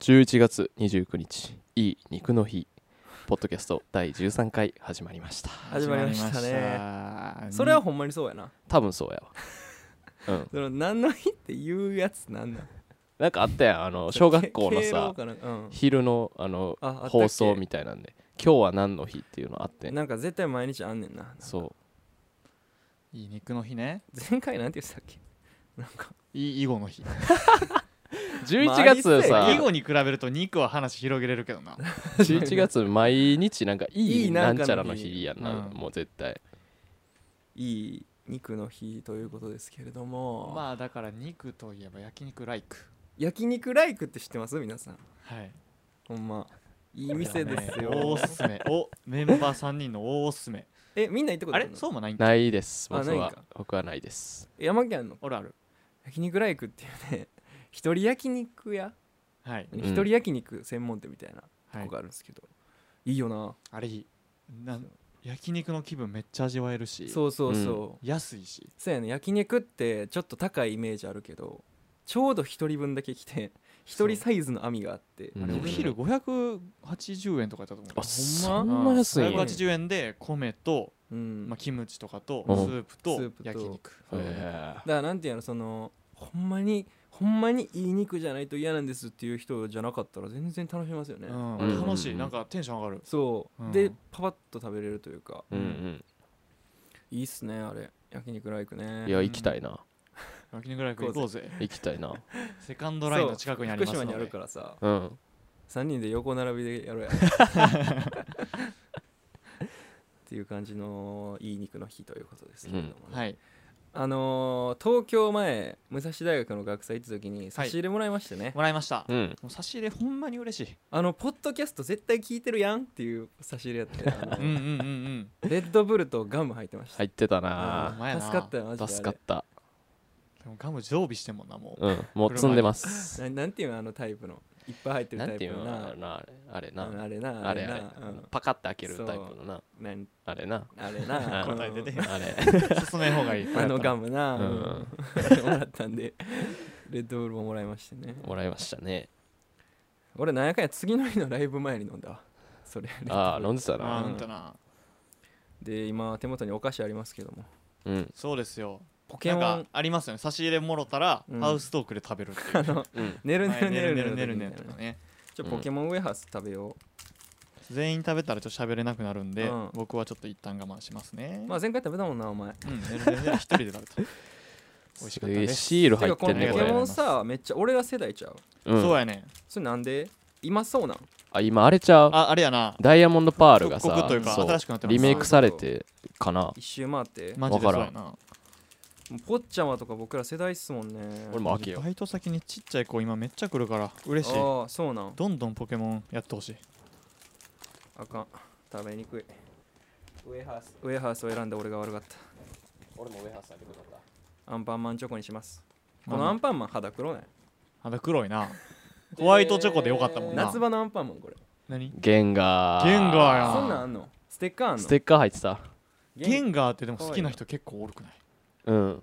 11月29日いい肉の日ポッドキャスト第13回始まりました始まりましたねねそれはほんまにそうやな多分そうやわうんその何の日っていうやつなんなんなんかあったやんあの 小学校の敬老さかなんかうん昼のあのああったっけ放送みたいなんで今日は何の日っていうのあってなんか絶対毎日あんねんなそいい肉の日ね前回なんて言ってたっけいい囲碁の日う11月まあさ囲碁に比べると肉は話広げれるけどな11月毎日なんかいいいいななんんかの日ちゃらの日やんなうんもう絶対いい肉の日ということですけれども、まあだから肉といえば焼肉ライク焼肉ライクって知ってます皆さんはいほんまいい店ですよ、おすすめおメンバー3人のおすすめえみんな行ったことああれるのそうもないんかないですあ僕ないんはか僕はないです山県のおるある焼肉ライクっていうね 一人焼肉屋はいん一人焼肉専門店みたいなはといこがあるんですけど、いいよなあれいいなん焼肉の気分めっちゃ味わえるしそうそうそう、安いしそうやね焼肉ってちょっと高いイメージあるけどちょうど一人分だけ来 て一人サイズの網があってうんあれお昼580円とかやったと思うあそほんんな安いんうんや580円で米と、うんまあ、キムチとかとスうんープスーとプと焼肉へだからなんていうのそのほんまにほんまにいい肉じゃないと嫌なんですっていう人じゃなかったら全然楽しめますよね、ううんん、楽しいなんかテンション上がるそう、うんでパパッと食べれるというかえうんいいっすねあれ焼肉ライクうねんいや行きたいな焼肉ライク行こうぜ行きたいなセカンドラインの近くにあります福の島でにあるからさうん3人で横並びでやろうやっていう感じのいい肉の日ということですけれどもね、はいあのー東京前武蔵大学の学祭行った時に差し入れもらいましてね、もらいました、うんもう差し入れほんまに嬉しいあのポッドキャスト絶対聞いてるやんっていう差し入れやってあの うんうんうんうんレッドブルとガム入ってました、入ってたあなほんまやーな助かったよマジであれ助かったでもガム常備してんもんなもううんもう積んでますななんていうのあのタイプのいっぱい入ってるなタんイていプうののなあれなあれあれうんなあれなあれあなれうんパカって開けるタイプのななんあれなあれあなー答え出 てへんうんあれ進めん方がいいあのガムムな、うんうん もらったんでレッドブルももらいましてね もらいましたね俺なんやかんや次の日のライブ前に飲んだわそれレッドブルああ飲んでたあなーなんてなで今手元にお菓子ありますけどもうんそうですよポケなんモかンありますよね差し入れもろたら、うんハウストークで食べるっていうあのうん寝る寝前る寝寝る寝る寝るる寝寝る寝る寝るるとかねちょポケモンウェハース食べよ全員食べたらちょっと喋れなくなるんで、うん僕はちょっと一旦我慢しますねうまあ前回食べたもんなお前うん、寝る寝る寝る一人で食べた、美味しかったすげでえすシールて入かっこてのんねポてこかケれモンさめっちゃ俺ら世代ちゃううんそうやねそれなんで今そうなんあ今あれちゃうああれやなダイヤモンドパールが復さ刻というかそう新しくなってますリメイクされてかな一周回ってマジでそうやなもうポッチャマとか僕ら世代っすもんね俺も開けよバイト先にちっちゃい子今めっちゃ来るから嬉しいああそうなんどんどんポケモンやってほしいあかん食べにくいウェハースウェハースを選んで俺が悪かった俺もウェハース開けとったアンパンマンチョコにしますこまあのアンパンマン肌黒ない肌黒いなホワイトチョコでよかったもんな夏場のアンパンマンこれ何ゲンガーゲンガーやあーそんなんあんのステッカーあんのステッカー入ってたゲゲンンガーってでも好きな人結構多くなうん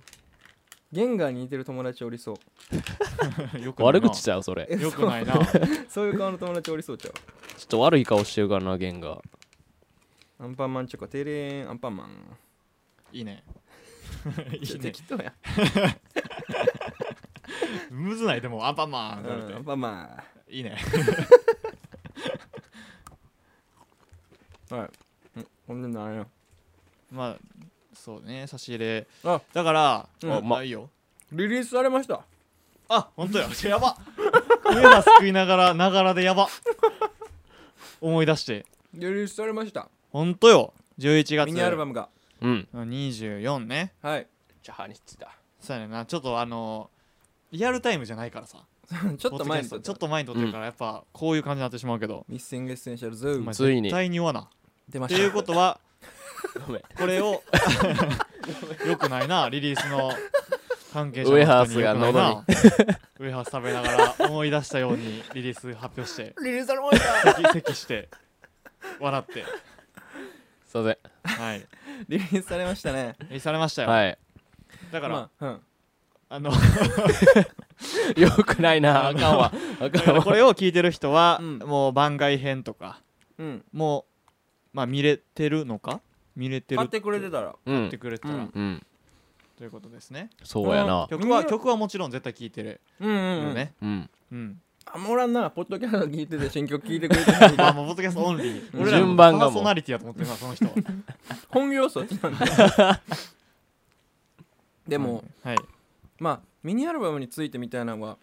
ゲンガーに似てる友達おりそう いよくない悪な口ちゃうそれちょえよくないなそういう顔の友達おりそうちゃうっと悪い顔してるからなゲンガーアンパンマンチョコテレーンアンパンマンいいねい ちょいね適当やむずないでもアンパンマンってう言われんアンてパンマいいねンはいんほんでなんやまあそうね差し入れあだからうんあままあいいよリリースされましたあ本当や やばウェハース食いながらながらでやば思い出してリリースされました本当よ11月ミニアルバムがうん24ねはいじゃあ日だそうやねんなちょっとあのリアルタイムじゃないからさちょっと前に撮ポッドキャストっちたょっと前に撮ってるからやっぱこういう感じになってしまうけど、ミッシングエッセンシャルズーおム前ついに絶対に言わな出まっていうしことはごめんこれをよくないなリリースの関係者ウのェハー人スにがよくない喉になウェハース食べながら思い出したようにリリース発表してたリリースされました咳咳して笑ってすいませはいリリースされましたねリリースされましたんよ、はいだから、まあうんあの よくないなあかんわあだかかんら わこれを聞いてる人は、うんもう番外編とかうんもうまあ見れてるのか見れてる買ってくれてたらう買ってんくれてたら、うんうんということですねそうやな曲は見れ曲はもちろん絶対聞いてるうんうんうよんねうん うん、あもらんなポッドキャスト聞いてて新曲聞いてくれてるまあもうポッドキャストオンリー俺らの順番がもうパーソナリティやと思ってるからその人は本業そっちなんで でも、はいまあミニアルバムについてみたいなのは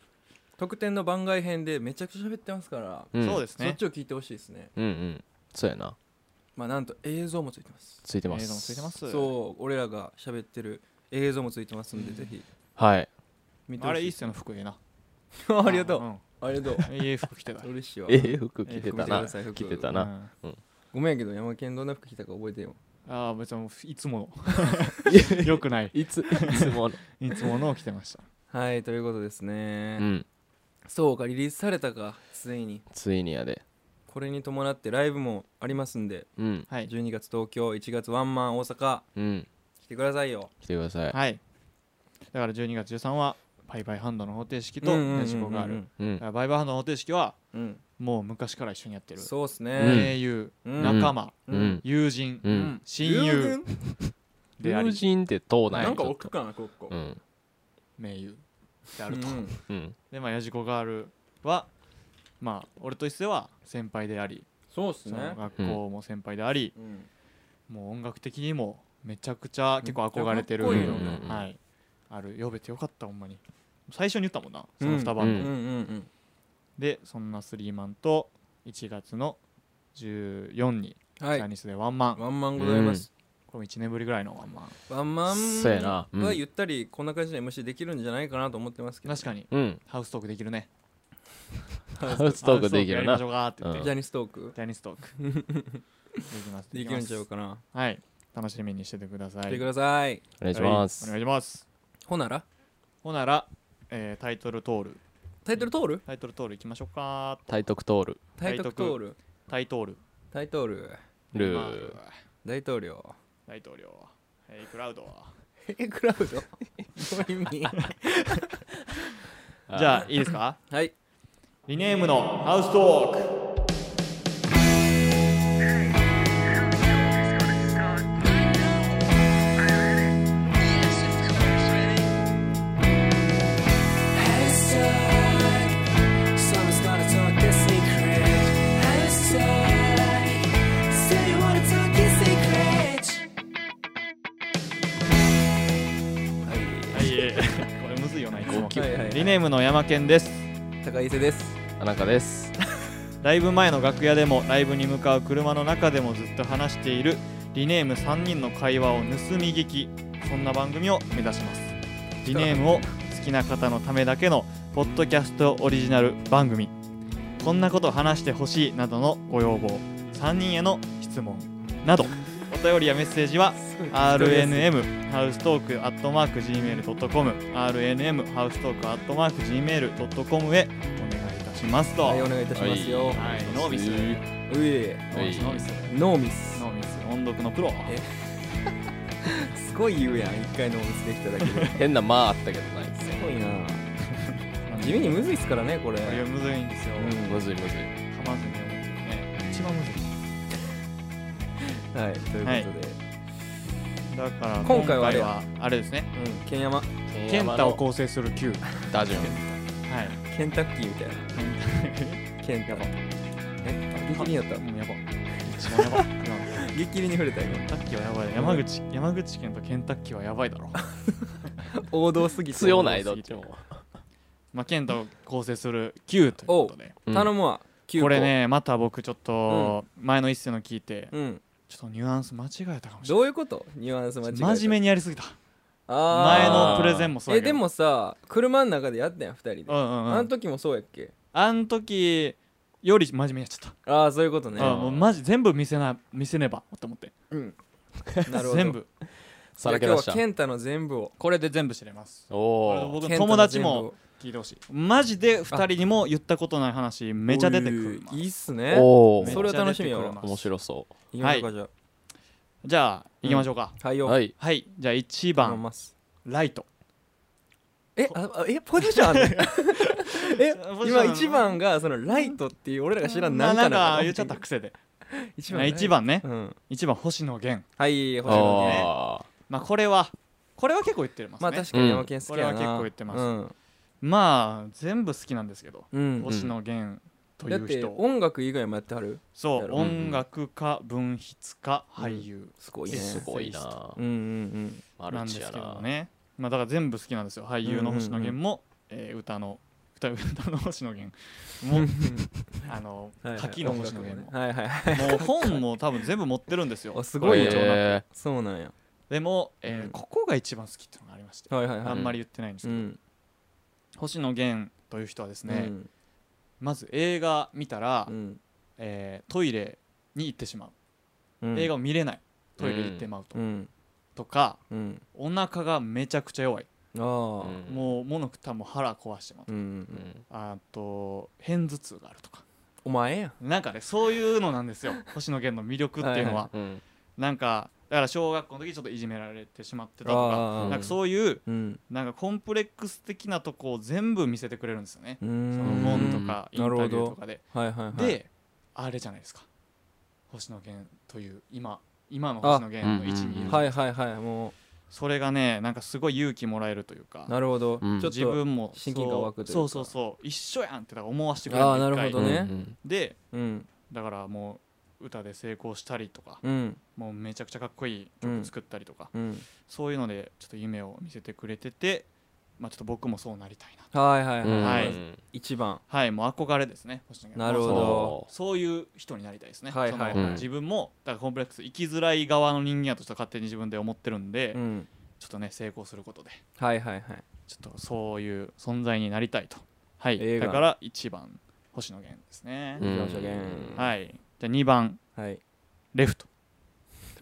特典の番外編でめちゃくちゃ喋ってますから、うんそうですそっねちを聞いてほしいですねうんうんそうやなまあなんと映像もついてますついてま映像もついすてますそう俺らが喋ってる映像もついてますんで、ぜひはい見てほしいあれいいっすよね服ええ なありがとう、ありがとうんええ服着てたう嬉しいわええ服着てたええな服着てください服着てたなごめんやけど山県どんな服着たか覚えてようんああ別にもういつ ものよくないいついつものいつものを着てましたはいということですね、うんそうかリリースされたかついについにやでこれに伴ってライブもありますんでうんはい12月東京1月ワンマン大阪うん来てくださいよ来てくださいはいだから12月13はバイバイハンドの方程式とうんうんうんうんネジコがあるうんバイバイハンドの方程式はうんもう昔から一緒にやってるそうっすね、盟友うん仲間ううんん友人ううん親友であ友り人ってどうなんやなんかちょっ置くかなここ、とうん盟友であるとうんうんでまあヤジコガールはまあ俺と一世は先輩でありそうっすそのね、学校も先輩でありうん、もう音楽的にもめちゃくちゃ結構憧れてるめっちゃよかっこいいよねうなはいある呼べてよかったほんまに最初に言ったもんなそうのん2バンドうんうんでそんなスリーマンと1月のう14にんジはいャニスでワンマン、ワンマンございます、これ1年ぶりぐらいのワンマンワンマそうやなうンんはゆったりこんな感じで MC できるんじゃないかなと思ってますけど確かにうんハウストークできるね ハウストークできるハウなストークやりましょうかって言って、うんジャニストークジャニストー クできますできるんちゃうかなはい楽しみにしててください来てくださいお願いしますお願いしますほならほなら、えータイトルトールタイトル通るタイトルトールいきましょうか体得通るタイトル通るタイトールタイトルルまあー大統領大統領ヘイクラウドえクラウドどういう意味じゃあいいで すかはいリネームのハウストークはいえーこれむずいよないつもはいはいリネームの山健です高井瀬です田中ですライブ前の楽屋でもライブに向かう車の中でもずっと話しているリネーム3人の会話を盗み聞きそんな番組を目指しますリネームを好きな方のためだけのポッドキャストオリジナル番組こんなこと話してほしいなどのご要望3人への質問などお便りやメッセージは RNM ハウストークアットマーク Gmail.com RNM ハウストークアットマーク Gmail.com へお願いいたしますと、はいお願いいたしますよはい、ノービス。うえノービス、ノービス。ノーミスノービス、音読のプロ。えすごい言うやん一回ノーミスできただけで変な間あったけどないですすねごいな地味にむずいっすからねこれこれむずいんですよ。うん噛むずいむずいまずに読むね。一番むずい。はいというはいことでだから、今今回回ははあれあれですね。うん剣山ケンタを構成する Q。は打順い。ケンタッキーみたいケなケンンタやばえあ激凛やったタ。うん、やば。一番やば。激凛に触れた今ケンタッキーはやばい。山口、山口県とケンタッキーはやばいだろ。王道すぎて強ないどっちもまあ、ケンタを構成する Q ということで。うん頼むわ9個これね、また僕ちょっと前の一世の聞いて、うんちょっとニュアンス間違えたかもしれどういうことニュアンス間な違い。え真面目目にやりすぎた。前あのプレゼンもーそうやえけどでもさ車の中でやったやん2人でうんうんうんあの時もそうやっけあん時より真面目にやっちゃっああそういうことねた、あもうマジ全部見せな見せねばと思ってうん なるほど全部さらけじゃあ出した今日はケンタの全部をこれで全部知れますおお僕の健太友の達全部をも聞いてほしいマジで2人にも言ったことない話めっちゃ出てくるおいいいっすねおおそれは楽しみよ面い白そいきましょうかじゃあじゃあ行きましょうか、はいうよはいはいじゃあ1頼み番ますライトえああえポジションあん のえポジション今あんの一番がそのライトっていう俺らが知らんななんんかかな言っちゃった癖で一まあ番一番ねうん一番星野源はい星野ねあまあこれはこれは結構言ってますまねあ確かに山県好きやな、うんこれは結構言ってますうんまあ全部好きなんですけどうんん星野源といだっうて人音楽以外もやってはるそやうろ音楽家文筆家俳優すごあいねすごいなうんうんうんマなルんでチすやけどなねまあだから全部好きなんですよ俳優の星野うんうんうん源もえー歌の歌 歌の星野源も あの書きの星野源もはい はいはいもう本も多分全部持ってるんですよ あすごい貴重ねなえそうなんやでも、えーうんここが一番好きっていうのがありまして、はいはいあはいんまり言ってないんですうけど、ん星野源という人はですうね、んまず映画見たら、うんえートイレに行ってしまう、うん映画を見れないトイレ行ってまうと,、うんとかうんお腹がめちゃくちゃ弱い、ああうんもう物食ったらもう腹壊してまう、うんううんんあと片頭痛があるとかお前やなんかねそういうのなんで すよ星野源の魅力っていうのは、はいはうんなんかだから小学校の時ちょっといじめられてしまってたとかああなんかそういううんなんかコンプレックス的なとこを全部見せてくれるんですよね、うそのん門とかインタなるほビューとどかで、はいはいはいであれじゃないですか星野源という今今の星野源の位置にあいる、うんうんうんはいはいはいもそれがねなんかすごい勇気もらえるというかうなるほどちうんょっ自と分も親近感湧くというかそうそうそうそう一緒やんってだから思わせてくれあーなるほ一回どねうんでうんだからもう歌で成功したりとか、うんもうめちゃくちゃかっこいい曲作ったりとか、うんそういうのでちょっと夢を見せてくれててまあちょっと僕もそうなりたいなはいはいうんははいういん一番はいもう憧れですね星野な源るほどそそういう人になりたいですね、はいはいそのうん自分もだからコンプレックス生きづらい側の人間やとちょっと勝手に自分で思ってるんで、うんちょっとね成功することではいはいはいちょっとそういう存在になりたいとはい映画だから1番星野源ですね、うん行きましょう弦はいじゃあ2番はいレフト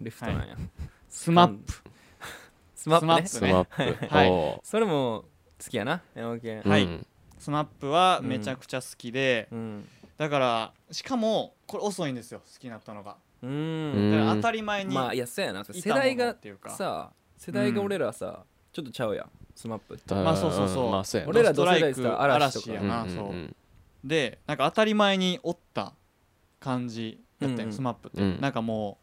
レフトなんやスマップスマップねススママップはいおそれも好きやな山県ーはいうんスマップはめちゃくちゃ好きで、うんだからしかもこれ遅いんですよ好きになったのがううんだから当たり前にまあいやそうやな世いたも代のっがていうか、さ世代が俺らさちょっとちゃうやんスマップってだまあそうそうそうんまあそうやな俺ら同ドストラ世イ代クしたら嵐と嵐やかなうんそううんうんでなんか当たり前におった感じだったよ、うんうんスマップって、うんなんかも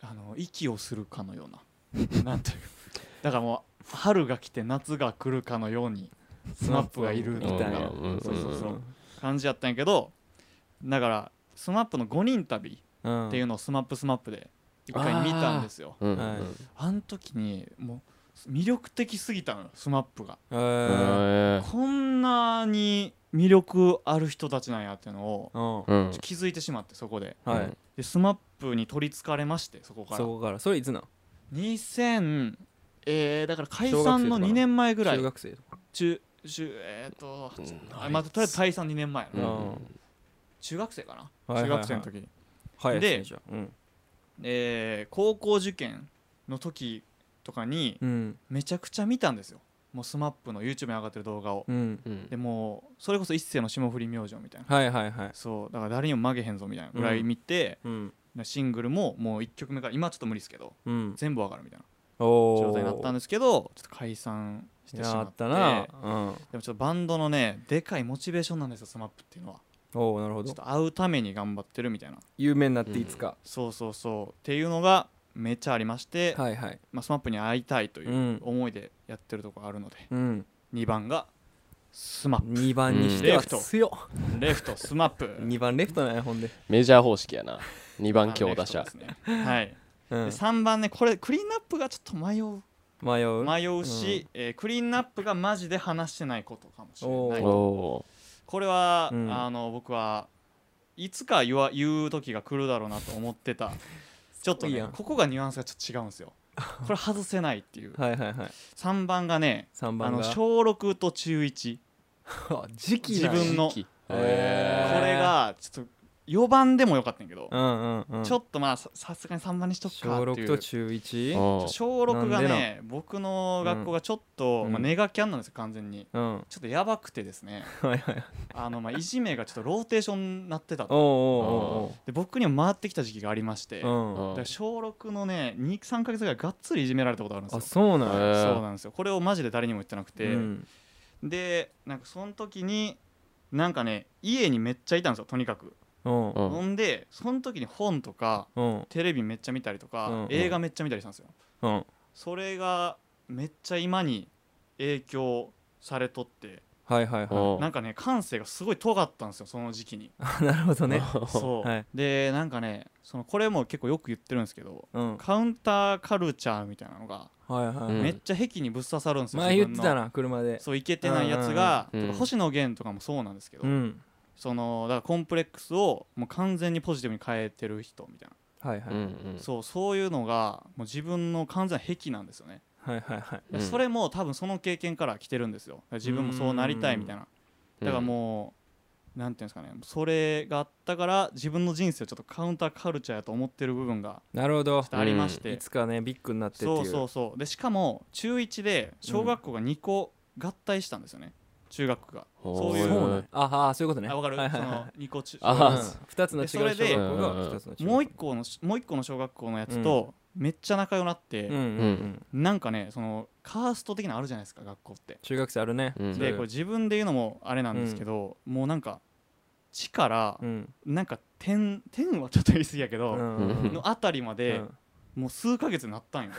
うあの息をするかのよう ななんていうだからもう春が来て夏が来るかのようにスマップがいるスマップがいたんやうんそうそうそううん感じやったんやけどだからスマップの5人旅うんっていうのをスマップスマップで一回見たんですようんうんはいあん時にもう魅力的すぎたのよスマップがへうーんこんなに魅力ある人たちなんやっていうのをうんはうん気づいてしまってそこでいでスマップに取りつかれましてそこかそらこからそれいつなん2000えー、だから解小学生散とかなの2年前ぐらい中学生とか中中えーっと、うんあまあ、とりあえず解散2年前やうな、ん中学生かな、はいはいはい中学生の時に、はいでじゃあうんえー高校受験の時とかにうんめちゃくちゃ見たんですよもうスマップの YouTube に上がってる動画を、うんうんでもうそれこそ一世の霜降り明星みたいな、はいはいはいそうだから誰にも曲げへんぞみたいなぐらい見て、うんシングルももう1曲目から今はちょっと無理ですけどうん全部わかるみたいなおお状態になったんでですけどちょっと解散してしまってったなうんでもちょっとバンドのねでかいモチベーションなんですよ SMAP っていうのはおおなるほちょどっと会うために頑張ってるみたいな有名になっていつかそうそうそうっていうのがめっちゃありまして、はいはいまあ、SMAP に会いたいといううん思いでやってるとこあるので、うん2番が SMAP 2番にしてうんレはフト強っレフト SMAP 2番レフトなんやほんでメジャー方式やな2番強打レ者フトですねはい、うんで3番ねこれクリーンアップがちょっと迷う迷う迷うし、えークリーンアップがマジで話してないことかもしれないおおこれは、うんあの僕はいつか言わ言う時が来るだろうなと思って たちょっといいねやんここがニュアンスがちょっと違うん ですよこれ外せないっていうはいはいはい3番がね3あ番のが小6と中1時期自分の時期へこーれがちょっと4番でもよかったんやけど、うんうんうんちょっとまあささすがに3番にしとくか小って6いうと中 1? ああ小6がなんね僕の学校がちょっと、うんまあ、ネガキャンなんですよ完全にうんはいちょっとやばくてですねはいはいあのまあいじめがちょっとローテーションになってた おうとおうで僕にも回ってきた時期がありまして、おうだおううんあから小6のね23か月ぐらいがっつりいじめられたことあるんですあよそうなんやへえそうなんですよこれをマジで誰にも言ってなくて、うんでなんかその時になんかね家にめっちゃいたんですよとにかく、うんうんほんでその時に本とかうんテレビめっちゃ見たりとか、うん映画めっちゃ見たりしたんですようんそれがめっちゃ今に影響されとってはいはいはおなんかね感性がすごい尖ったんですよその時 期にい なるほどね そう、はいでなんかねそのこれも結構よく言ってるんですけどうんカウンターカルチャーみたいなのがはいはうんいめっちゃ壁にぶっ刺さるんですよ、前自言っ分てのたな車でそういけてないやつが、うんうんうんとうかん星野源とかもそうなんですけど、うんそのだからコンプレックスをもう完全にポジティブに変えてる人みたいな、はいはいうんうんそうそういうのがもう自分の完全な癖なんですよね、はいはいはいうんそれも多分その経験から来てるんですよだから自分もそうなりたいみたいなだからもう、なんていうんですかねそれがあったから自分の人生をちょっとカウンターカルチャーやと思ってる部分がなるほどちょっとありまして、いつかねビッグになってっていうそうそうそうでしかも中1で小学校が2個合体したんですよね、中学がおーそうそいううなんやああそういうことねあわかる、はいはいそはのい2個中あー小学校うん二つの違う小学でそれで校が二つの違うもう一個のもう一個の小学校のやつとめっちゃ仲良くなって、うんうんうんなんかねそのカースト的なのあるじゃないですか学校って。中学生あるねうんでこれ自分で言うのもあれなんですけど、もうなんか地からうんなんか点点はちょっと言い過ぎやけうど、んうんのあたりまうでんもう数ヶ月になっ たんよ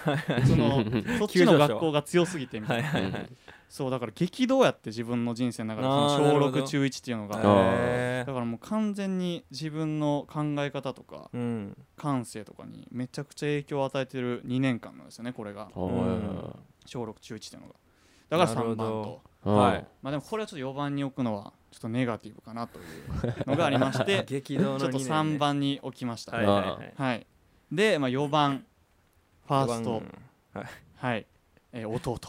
そのそっちの学校が強すぎてみたはいいなはいはいそうだから激動やって自分の人生の中でそあーなるの小ほど6中1っていうのがあだへーからもう完全に自分の考え方とかうん感性とかにめちゃくちゃ影響を与えてる2年間なんですよねこれがおー小6中1っていうのがだからなるほ3番どとはいまあでもこれはちょっと4番に置くのはちょっとネガティブかなというのがありましてち 激ょ動のっと2年ね3番に置きましたははいい、あはいはいで、まあ、4番ファース四ト番はい、えー弟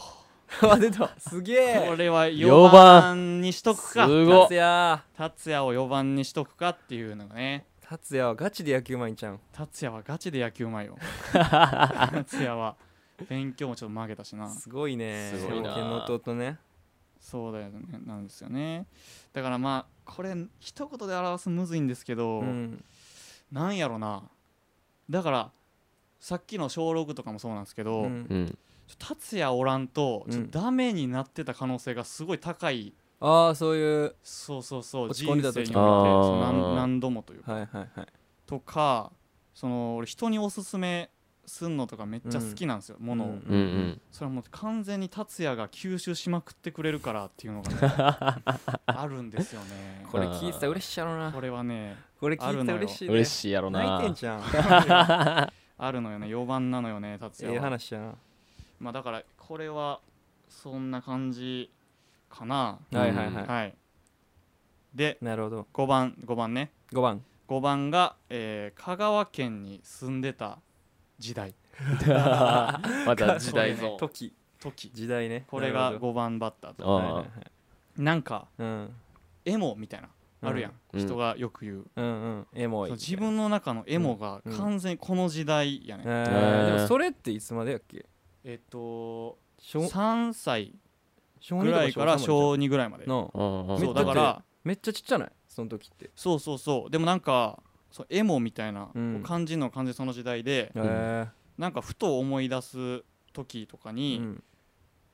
あ出たすげこえれは四4番番にしとくかすごっ達也達也を4番にしとくかっていうのがね達也はガチで野球うまいんちゃうん達也はガチで野球うまい よ達也は勉強もちょっと負けたしなすごいねすごいな強肩の弟ねそうだよねなんですよねだからまあこれ一言で表すむずいんですけど、うんなんやろなだからさっきの小6とかもそうなんですけど、うんうんちょ達也おらんとうんちょっとダメになってた可能性がすごい高い、ああそういうそうそうそう落ち人込ん生にでおたい時ねてそうあー何何度もというかはいはいはいとかその俺人におすすめすんのとかめっちゃ好きなんですよ、ものを、うんうんうんそれはもう完全に達也が吸収しまくってくれるからっていうのが、ね、 あるんですよねこれ聞いてたら嬉しいやろなこれはねこれ聞いてたら嬉しいね嬉しいやろな泣いてんじゃんあるのよね4番なのよね達ええ也は、話やなまあだからこれはそんな感じかなうんはいはいははいい、でなるほど5番5番ね5番5番が、えー香川県に住んでた時代また時代そ像う時時時代ねこれがなるほ5番バッターとどあはいはいはいなんかうんエモみたいなあるやん、うん人がよく言う、うんうんエモそいう自分の中のエモがうん完全にこの時代やね、えんーえーでもそれっていつまでやっけえっと小3歳小ぐらいから小2 2ぐらいまでのうんそめっうだちゃからめっちゃちっちゃないその時ってそうそうそうでもなんかそうエモみたいなうん感じの感じその時代で、へんえなんかふと思い出す時とかうに、ん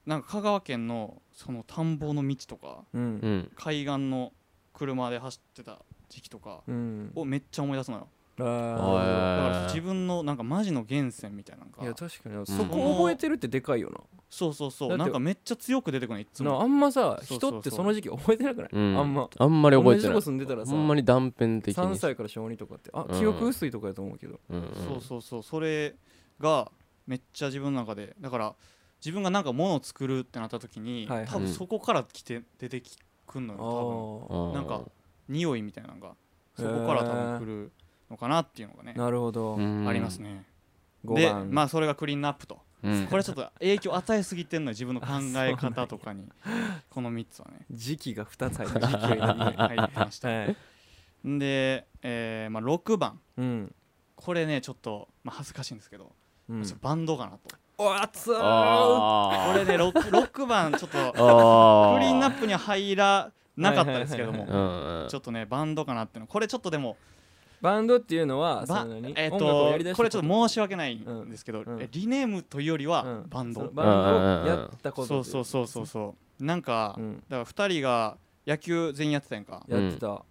なんか香川県のその田んぼの道とかうんうん海岸の車で走ってた時期とかうんをめっちゃ思い出すのよあだかへらー自分のなんかマジの源泉みたいなのーいやが確かにそこ覚えてるってでかいよそうそうそだっうてなんかめっちゃ強く出てくるのいつななもあんまさそうそうそう人ってその時期覚えてなくないうんあんまあんまり覚えて同なじとこい住んでたらさほんまに断片的に3歳から小2とかってあうん記憶薄いとかやと思うけどうんうんそうそうそうそれがめっちゃ自分の中でだから自分がなんか物を作るってなった時に、はいはい多分そこから来て出てきくんのよ多あうんなんか分匂いみたいなのがそこから多分来るのかなっていうのがねあ、なるほどうんありますね5で番まあそれがクリーンナップとうんこれちょっと影響与えすぎてんのよ自分の考え方とかにこの3つはね時期が2つ入っ時期て が入ってましたはいんでえーまあ、6番うんこれねちょっと、まあ、恥ずかしいんですけど、うんちょっとバンドかなとお熱っこあれね 6, 6番ちょっとーあクリーンナなップには入らなかったですけども、はいはうんうんちょっとねバンドかなっていうのこれちょっとでもバンドっていうのはばその何えっ音楽をやりだとしたこれちょっと申し訳ないんですけど、うんうんえリネームというよりはうんバンド、そのバンドをうんうんうんやったことそうそうそうそうそうなんか、うんだから2人が野球全員やってたやんかやってた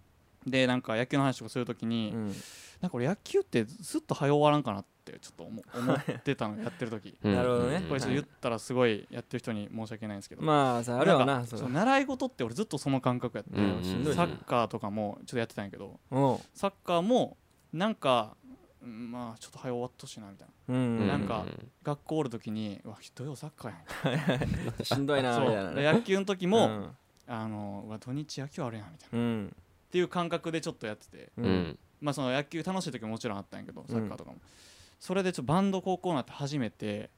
でなんか野球の話とかするときうに、んなんか俺野球ってずっと早終わらんかなってちょっと思思ってたのやって る時うんなるほどねうんこれちょっと言ったらすごいやってる人に申し訳ないんですけど、まあさあるわんなかそそうの習い事って俺ずっとその感覚やって、うんしんどいねサッカーとかもちょっとやってたんやけどおうサッカーもなんかうんまあちょっと早終わっとほしいなみたいなううんんなんか学校おる時に「うわ土曜サッカーやんしんどい」なみたいなそうねで野球の時も「あのうわ土日野球あるやん」みたいなっうんていう感覚でちょっとやっててううんんまあその野球楽しい時ももちろんあったんやけどうんサッカーとかも、それでちょっとバンド高校になって初めて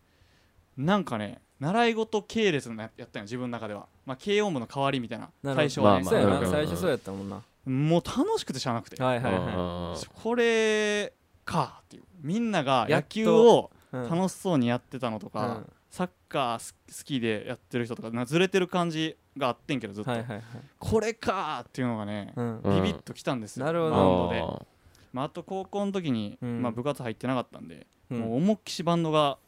なんかね習い事系列のややったんよ自分の中では、まあ、軽音部の代わりみたいななるほど最初はね、まあそうやうんうんうなん最初そうやったもんなもう楽しくてしゃあなくて、はいはいはこれかっていうみんながや野っと球をいうん楽しそうにやってたのとか、うんサッカーす好きでやってる人とかなずれてる感じがあってんけどずっと、はいはいはいこれかっていうのがね、うんうんビビッときたんですよなるほどバンドで。あまあ、あと高校の時に、うんまあ、部活入ってなかったんで、うんもう思いっきしバンドが青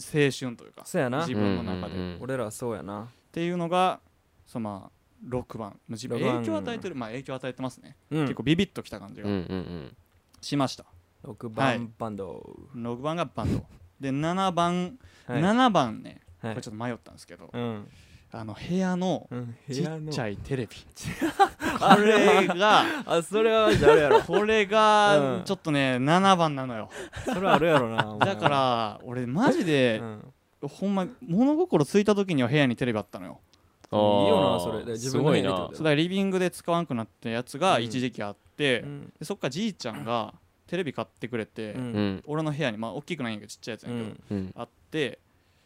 春というかっそうやな自ー分の中でうんうんうん俺らはそうやなていうのがそのまあ6番まあ自分六番影響を与えてるまあ影響を与えてますね、結結構ビビッときた感じうがんうんしました、 6はい番バンド6番がバンドで7番、はい7番ねこはいれちょっと迷ったんですけど、うんあの部 屋のうんちっちいゃいテレビあこれがあそれはあるやろこれうがんちょっとね7番なのよそれはあるやろなだから俺マジうでんほんま物心ついた時には部屋にテレビあったのよあーいいよなそれで自分の部すごい屋に入れなてるそうだからリビングで使わんくなったやつがうん一時期あって、うんでそっからじいちゃんがテレビ買ってくれて、うんうん俺の部屋にまあ大きくないんやけどちっちゃいやつやねんうけど、んあって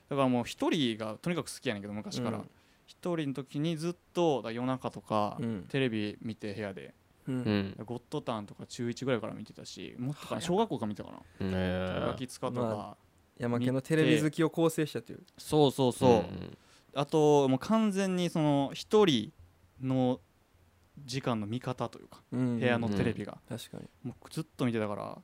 だからもう一人がとにかく好きやねんけど昔かうらん一、人の時にずっとだから夜中とか、うんテレビ見て部屋でうんううんんゴッドタンとか中1ぐらいから見てたしもっとかはなや小学校から見てたかねなえガキ使とか、ま山家のテレビ好きを構成したというそうそうそう、んあともう完全にその一人の時間の見方というか部部屋のテレビが、確かにもうずっと見てたからっ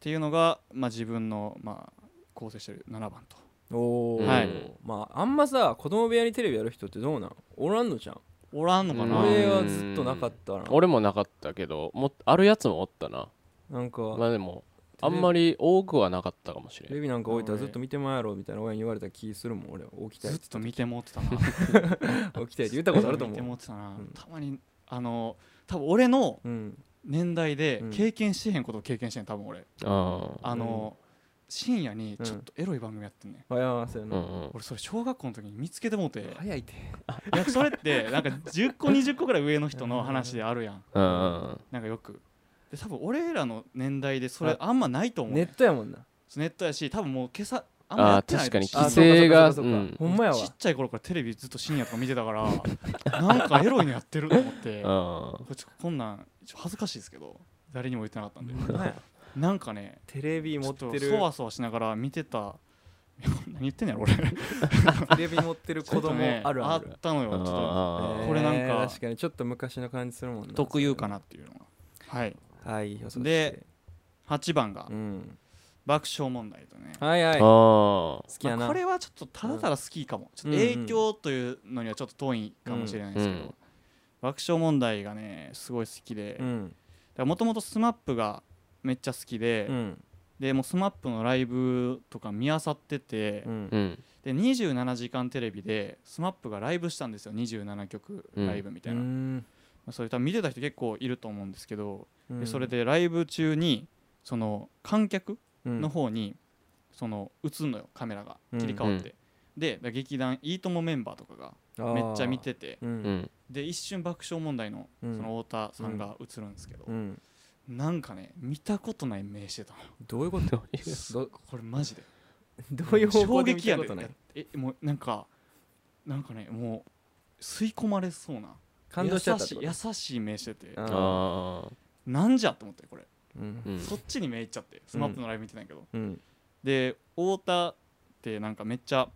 ていうのが、まあ、自分の、まあ、構成してる7番とおおはいまああんまさ子供部屋にテレビやる人ってどうなんおらんのじゃんおらんのかな、うん俺はずっとなかったな俺もなかったけどもあるやつもおったななんまかあでもテあレんまり多くはなかったかもしれテんレビなんか置いたらずっと見てまうやろみたいな親に言われた気するもん俺は起きたいずっと見てもってたな起きたいって言ったことあると見て思もうってたな、うんたまにあの多分俺のうん年代でうん経験してへんことを経験してん多分俺あああの、深夜にちょっとエロい番組やってんね、あいやそうやうなんうん俺それ小学校の時に見つけてもうて早いっていやそ れってなんか10個20個ぐらい上の人の話であるやんうんうんなんかよくで多分俺らの年代でそれあんまないと思う、ネねットやもんなネットやし多分もう今朝あんまやあってーない確かにと思う規制があそうかそうかそううんかほんまやわちっちゃい頃からテレビずっと深夜とか見てたからなんかエロいのやってると 思ってこあれちょっとこんなんちょっと恥ずかしいですけど誰にも言ってなかったんでほんまやなんかねテレビち持ょっっとてるそわそわしながら見てた何言ってんね やろ俺テレビ持ってる子ちょっと供ねあるあるあったのよちょっとあこれなんかえー確かにちょっと昔の感じするもんな特有かなっていうのがはいはい予想してで8番がうん爆笑問題とねはいはいあ好ーきやまなあこれはちょっとただただ好きかも、ちょっうんと影響というのにはちょっと遠いかもしれないですけど、うんうん爆笑問題がねすごい好きでうんもともと SMAP がめっちゃ好きで、うんでもう SMAP のライブとか見あさってて、うんうんで27時間テレビで SMAP がライブしたんですよ27曲うんライブみたいな、うんまあそれ多分見てた人結構いると思うんですけど、うでんそれでライブ中にその観客うんの方にその映んのよカメラがうん切り替わって、でだから劇団「いいとも」メンバーとかがあーめっちゃ見ててううんんで一瞬爆笑問題のそうんの太田さんが映るんですけど、うんなんかね見たことない目してたのよどういうことどういうどこれマジでどういう方衝向で見撃たやこでとないえもうなんかなんかねもう吸い込まれそうな感動しちゃったって優しこいと優しい目しててあーあーなんじゃと思ってこれうんうんそっちに目いっちゃってスマップのライブ見てないけど、うんで太田ってなんかめっちゃ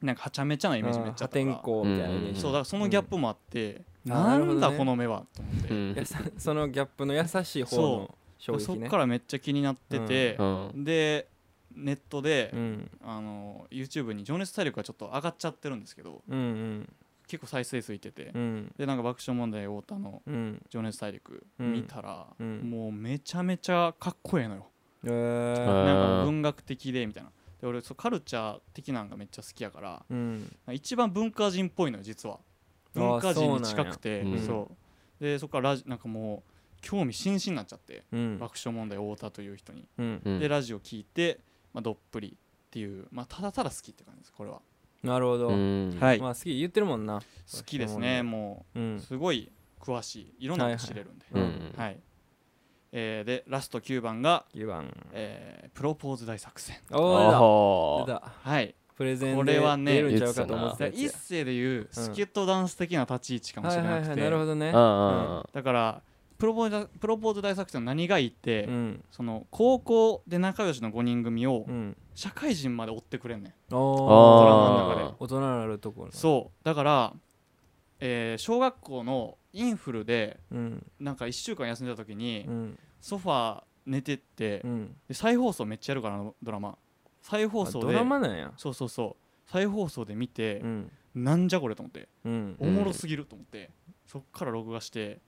なんかはちゃめちゃなイメージめっち破ゃあったから天荒みたいなイメー荒ジそうだからそのギャップもあって、うんなあーなるほんどだねこの目はと思って、うだんいやさそのギャップの優しい方の衝からそ撃っねからめっちゃ気になっててう、んでネットで、うんあの YouTube に「情熱大陸」がちょっと上がっちゃってるんですけどうんうん結構再生数いってて、うんでなんか爆笑問題太田のうん「情熱大陸」うん見たら、うんもうめちゃめちゃかっこええのよ、えーあーなんか文学的でみたいなで俺そうカルチャー的なんがめっちゃ好きやからうん一番文化人っぽいのよ実はあー文化人に近くてそうそなうんやでそこからラジなんかもう興味津々になっちゃって、うん爆笑問題太田という人に、うんうんでラジオ聞いて、まあ、どっぷりっていう、まあ、ただただ好きって感じですこれは、なるほどうんはいまあ好き言ってるもんな好きですねもううんすごい詳しいいろんなこと知れるんで、うはいはいんえーでラスト9番が、 9番えープロポーズ大作戦」おあおあ出たはいプレゼンこでれはね出るんちゃうかと思言っっててたやだかつら一世でいうスケットダンス的な立ち位置かもしはいれはないはくいて、なるほどねあだからプロポーズプロポーズ大作戦の何がいいって、うんその高校で仲良しの5人組をうん社会人まで追ってくれんねん、おあおードラマの中で大人になるところそうだから、えー小学校のインフルでうんなんか1週間休んでた時に、うんソファー寝てって、うんで再放送めっちゃやるからあのドラマ再放あ送ドでラマなんやそうそうそう再放送で見てう、んなんじゃこれと思ってうんおもろすぎると思って、そっから録画して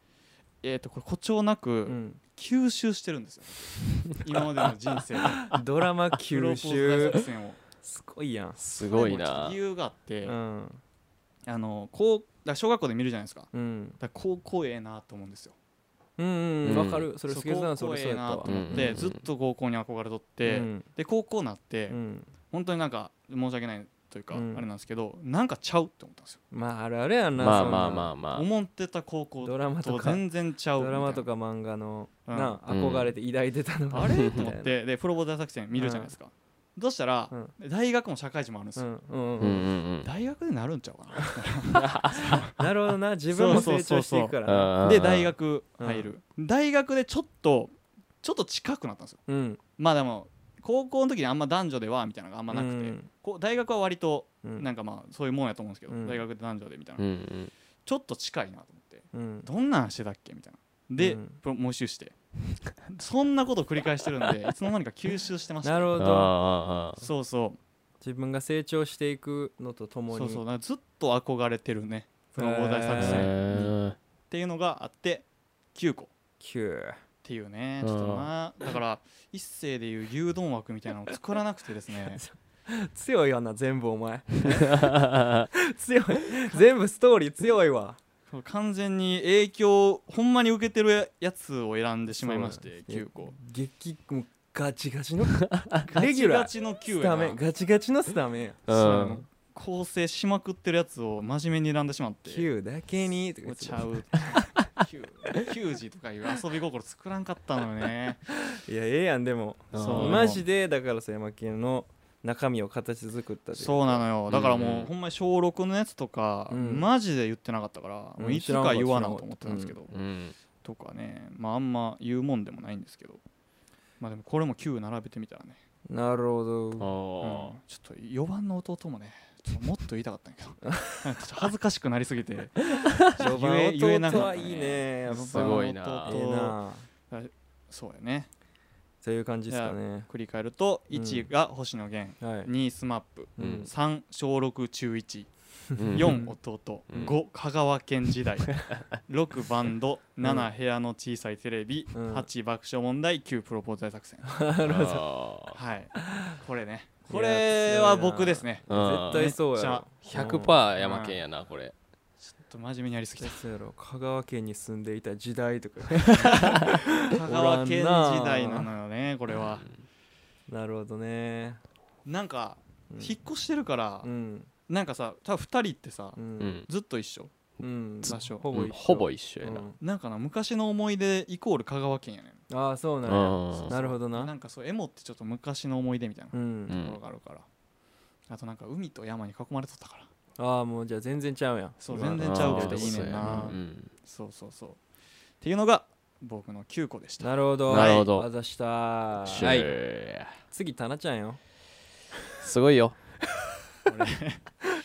えっ、とこれ誇張なうくん吸収してるんですよ、今までの人生のドラマプロポ 吸ーズ大収作戦をすごいやんすごいこれもちょっなと理由があって、うんあのこうだから小学校で見るじゃないですかだかうんら高校ええなと思うんですようんううんんわかるそれそうスケジュールそ高校れえそうえやったなとわ思うんうっんうてんずっと高校に憧れとって、うんで高校になって、うん本当になんか申し訳ないというか、うんあれなんですけどなんかちゃうって思ったんですよ、まああるあるやんなまあそんなまのあまあま思ってた高校ドラマととか全然ちゃうみドたいラなマとか漫画のうんなうん憧れて抱いてたのがあれみとたい思な ってでプロボーダー作戦見るじゃないですか、どうしたら、大学も社会人もあるんですうよ、んうんあううんんうん大学でなるんちゃうかなるほ どな自分も成長していくからなうなんで大学入る、大学でちょっとちょっと近くなったんですようんまあでも高校の時にあんま男女ではみたいなのがあんまなくて、うんこう大学は割とうんなんかまあそういうもんやと思うんですけど、うん大学で男女でみたいな、うんうんちょっと近いなと思ってうんどんなんしてたっけみたいなで、うんプロ募集して そんなことを繰り返してるんでいつの間にか吸収してましたなるほあどあああそうそう自分が成長していくのとともにそうそうだからずっと憧れてるねプロ大作へ戦にっへえていうのがあって9個っ9ていうねうんちょっとなだから一世でいう牛丼枠みたいなのを作らなくてですね強いわな全部 お前強い全部ストーリー強いわそう完全に影響をほんまに受けてるやつを選んでしまいまして9個激もうガチガチのレレギギュュララーーの9スやタなメンガチガチのスタメンやそううん構成しまくってるやつを真面目に選んでしまって9だけにとかも言うってちたゃう 球球児とかいう遊び心作らんかったのよねいやええやんでもあーそうマジでだからさ山県の中身を形作ったといそうなのよだからもうんうほんまに小6のやつとかうんマジで言ってなかったからうんもういつか言わなと思ってたんですけどうんとかねまああんま言うもんでもないんですけどまあでもこれも9並べてみたらねなるほどあうんちょっと4番の弟もねちょっともっと言いたかったんやけど なんかちょっと恥ずかしくなりすぎて序言え言えな盤弟はかったねいいねやっぱすごいなええなそうやねそういう感じですかね繰り返るとうん1が星野源はい2スマップうんうん3小6中1うん4弟うん5香川県時代6バンド7部屋の小さいテレビうん8爆笑問題9プロポーズ大作戦あはいこれねいやこれは僕ですねあ絶対そうやろ100%山県やなこれちょっと真面目にやりすぎた 絶対そうやろ香川県に住んでいた時代とか香川県時代なのよねこれはなるほどねなんかうん引っ越してるからうんなんかさ多分2人ってさうんうんずっと一緒うん場所ほぼ一緒ほぼ一緒やなうんなんかな昔の思い出イコール香川県やねんああそうなんうんやなるほどななんかそうエモってちょっと昔の思い出みたいなううんところんがあるから、あとなんか海と山に囲まれとったからああもうじゃあ全然ちゃうやんそう今全然ちゃうけあどーいいねんなそうやうんそうそうそうっていうのが僕の9個でしたなるほどなるほどあざしたシはいュー次タナちゃんよすごいよ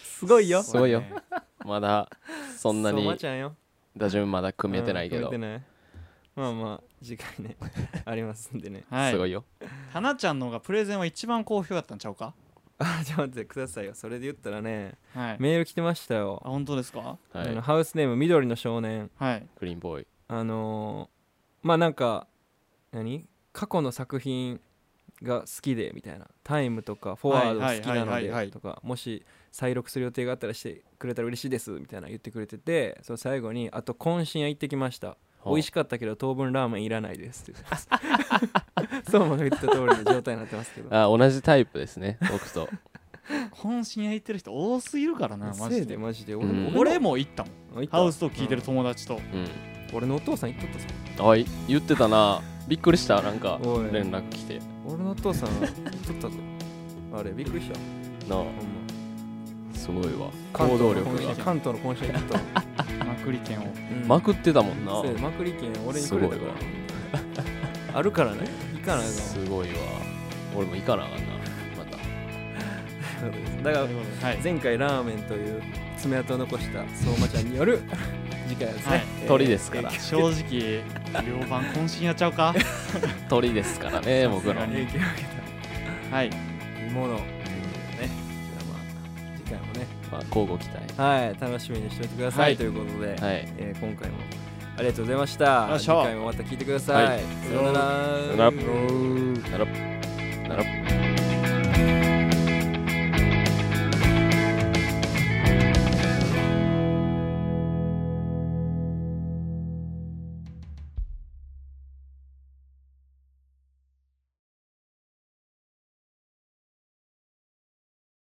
すごいよすごいよそうだねまだそんなそうまにちゃんよ打順まだ組めてないけどうん組めてないまあまあ次回ね ありますんでね はいすごいよはなちゃんの方がプレゼンは一番好評だったんちゃうかあちょっと待ってくださいよそれで言ったらねはいメール来てましたあよ本当ですかはあのいハウスネーム緑の少年はいクリーンボーイあのーまあなんか何過去の作品が好きでみたいなタイムとかフォワードはい好きなはいはいはいのはでいとかもし再録する予定があったらしてくれたら嬉しいですみたいな言ってくれててその最後に「あと渾身屋行ってきました美味しかったけど当分ラーメンいらないです」って言ってますそうも言った通りの状態になってますけどあ同じタイプですね僕と渾身焼いてる人多すぎるからなマせジいででマジでうん俺俺も行ったもん俺ハウスと聞いてる友達とうん俺のお父さん言っとったぞはい言ってたなびっくりしたなんかおい連絡来て俺のお父さん言っとったぞあれびっくりしたなほんますごいわ関行東の動力懇親が関東の懇親行ったわまくり券をまくってたもんなそうやまくり券俺にくれたかすらあるからねいかないすごいわ俺も行かなあかんなまただからということではい前回ラーメンという爪痕を残した相馬ちゃんによる次回はですね、はいえー鳥ですから正直両番渾身やっちゃうか鳥ですからね僕のさすがに影響を受けはいた見物ねじゃあまあ次回もねまあ交互期待はい楽しみにしておいてください、はいということで、はいえー今回もありがとうございましたよっし次ゃ回もまた聞いてください、はいさようならさよなら